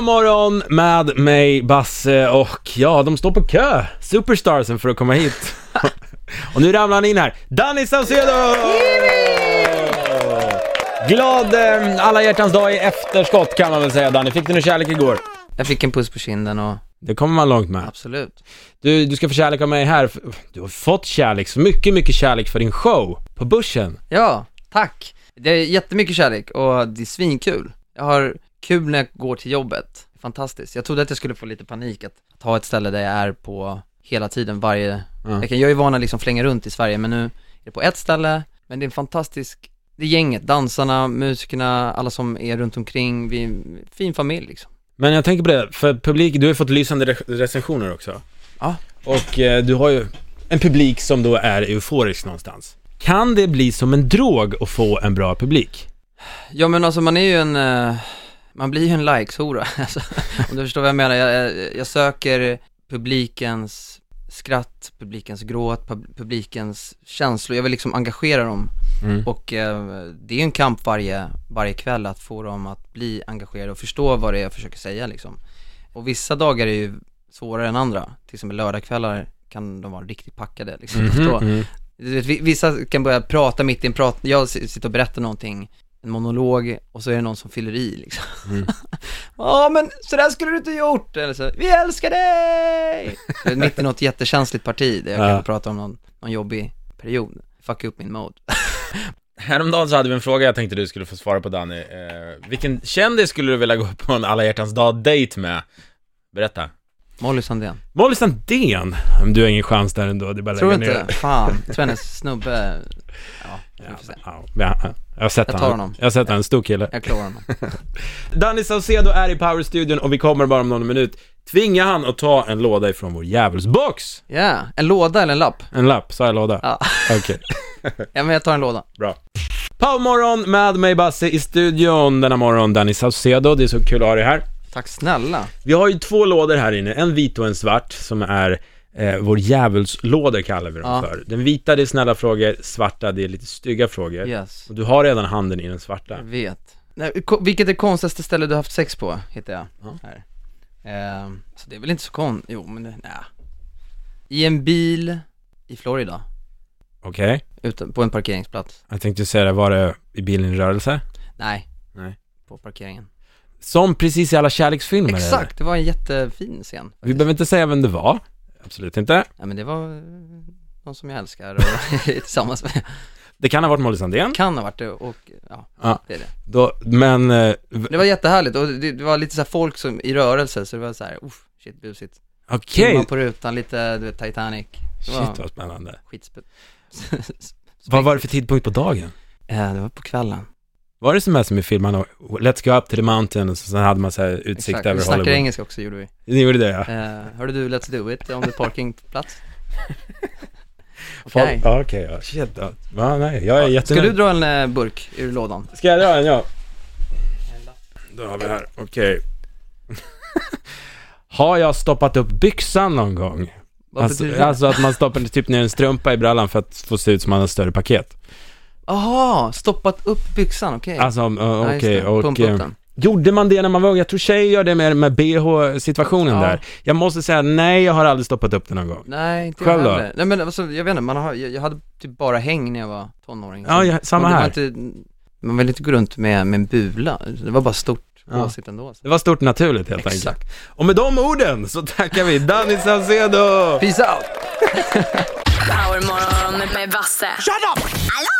Powermorgon med mig, Basse och ja, de står på kö, superstarsen, för att komma hit. och nu ramlar han in här, Danny Saucedo! Glad eh, alla hjärtans dag i efterskott kan man väl säga Danny, fick du någon kärlek igår? Jag fick en puss på kinden och Det kommer man långt med. absolut. Du, du ska få kärlek av mig här, du har fått kärlek, så mycket, mycket kärlek för din show på Börsen. Ja, tack. Det är jättemycket kärlek och det är svinkul. Jag har kul när jag går till jobbet. Fantastiskt. Jag trodde att jag skulle få lite panik att, att ha ett ställe där jag är på hela tiden, varje Ja. vecka. Jag är van att liksom flänga runt i Sverige, men nu är det på ett ställe. Men det är en fantastisk, det är gänget, dansarna, musikerna, alla som är runt omkring. Vi är en fin familj liksom. Men jag tänker på det, för publik, du har ju fått lysande re- recensioner också. Ja. Och eh, du har ju en publik som då är euforisk någonstans. Kan det bli som en drog att få en bra publik? Ja men alltså man är ju en, eh, man blir ju en likeshora, alltså, om du förstår vad jag menar. Jag, jag- jag söker publikens skratt, publikens gråt, pub- publikens känslor. Jag vill liksom engagera dem Mm. och eh, det är en kamp varje, varje kväll att få dem att bli engagerade och förstå vad det är jag försöker säga liksom. Och vissa dagar är ju svårare än andra, till exempel lördagskvällar kan de vara riktigt packade liksom. Förstå. mm. Du vet, vi- vissa kan börja prata mitt i en prat, jag s- sitter och berättar någonting, en monolog, och så är det någon som fyller i liksom. Mm. Ja men sådär skulle du inte gjort! Eller så, vi älskar dig! Du vet, mitt i något jättekänsligt parti där jag Ja. kan prata om någon, någon jobbig period. Fuck upp min mode. Häromdagen så hade vi en fråga jag tänkte du skulle få svara på Danny. Eh, vilken kändis skulle du vilja gå på en alla hjärtans dag-dejt med? Berätta. Molly Sandén. Molly Sandén, Men du har ingen chans där ändå, det är bara att Tror du lägga inte? ner. Fan, jag tror hennes snubbe, ja, vi får se. Ja, ja, ja. jag har sett Jag han. tar honom. Jag har sett han, en stor kille. Jag klarar honom. Danny Saucedo är i Power-studion och vi kommer bara om någon minut tvinga han att ta en låda ifrån vår djävulsbox. Ja, en låda eller en lapp? En lapp, sa jag låda? Ja. Okej, ja men jag tar en låda. bra. Powermorgon med mig Basse i studion denna morgon, Danny Saucedo. Det är så kul att ha dig här. Tack snälla. Vi har ju två lådor här inne, en vit och en svart, som är eh, vår djävulslådor kallar vi dem Ja. för. Den vita det är snälla frågor, svarta det är lite stygga frågor. Yes. Och du har redan handen i den svarta. Jag vet. Nej, ko- vilket är konstigaste ställe du har haft sex på, hittar jag Ja. här. Ehm, så det är väl inte så konstigt, jo men det- nä. I en bil i Florida, Okej, ute, på en parkeringsplats. jag tänkte säga det, var det i bilen i rörelse? Nej. Nej. På parkeringen. Som precis i alla kärleksfilmer eller? Exakt, det var en jättefin scen. Vi faktiskt. behöver inte säga vem det var, absolut inte. Ja men det var eh, någon som jag älskar och är tillsammans med. Det kan ha varit Molly Sandén, Kan ha varit det och, ja, Ja. det är det. då, men eh, v- Det var jättehärligt och det, det var lite så här folk som, i rörelse, så det var så här, uff, shit busigt. okej, Filma på rutan, lite, du vet, Titanic. Det var- shit vad spännande. Skitspel. Vad var det för tidpunkt på dagen? Eh, det var på kvällen. Var det som är som i filmerna, Let's go up to the mountain, och så sen hade man så här utsikt Exakt. Vi över snackade Hollywood? engelska också gjorde vi. Ni gjorde det ja? Eh, hörde du Let's Do It om det är parkingplats? Folk- Okej. Ja, okej, ja. Shit, ja. Va, nej, jag är Ska jättenöjd. du dra en eh, burk ur lådan? Ska jag dra en, ja? Då har vi här, okej. har jag stoppat upp byxan någon gång? Vad betyder alltså, det? alltså att man stoppar typ ner en strumpa i brallan för att få se ut som man har ett större paket. Aha, stoppat upp byxan, okej. Alltså, uh, Ja, okej, just det. och... Pumpa upp eh, den. Gjorde man det när man var ung? Jag tror tjejer gör det med, med bh-situationen Ja. där. Jag måste säga, nej, jag har aldrig stoppat upp den någon gång. Nej, inte Själv då? jag heller. Nej men alltså, jag vet inte, man har, jag, jag hade typ bara häng när jag var tonåring. Ja, ja, samma Och det här. Var inte, man ville inte gå runt med, med en bula, det var bara stort, Ja. gåsigt ändå. Så. Det var stort naturligt helt enkelt. Exakt. Och med de orden så tackar vi Danny Saucedo! Peace out! Powermorgon med Basse. Hallå!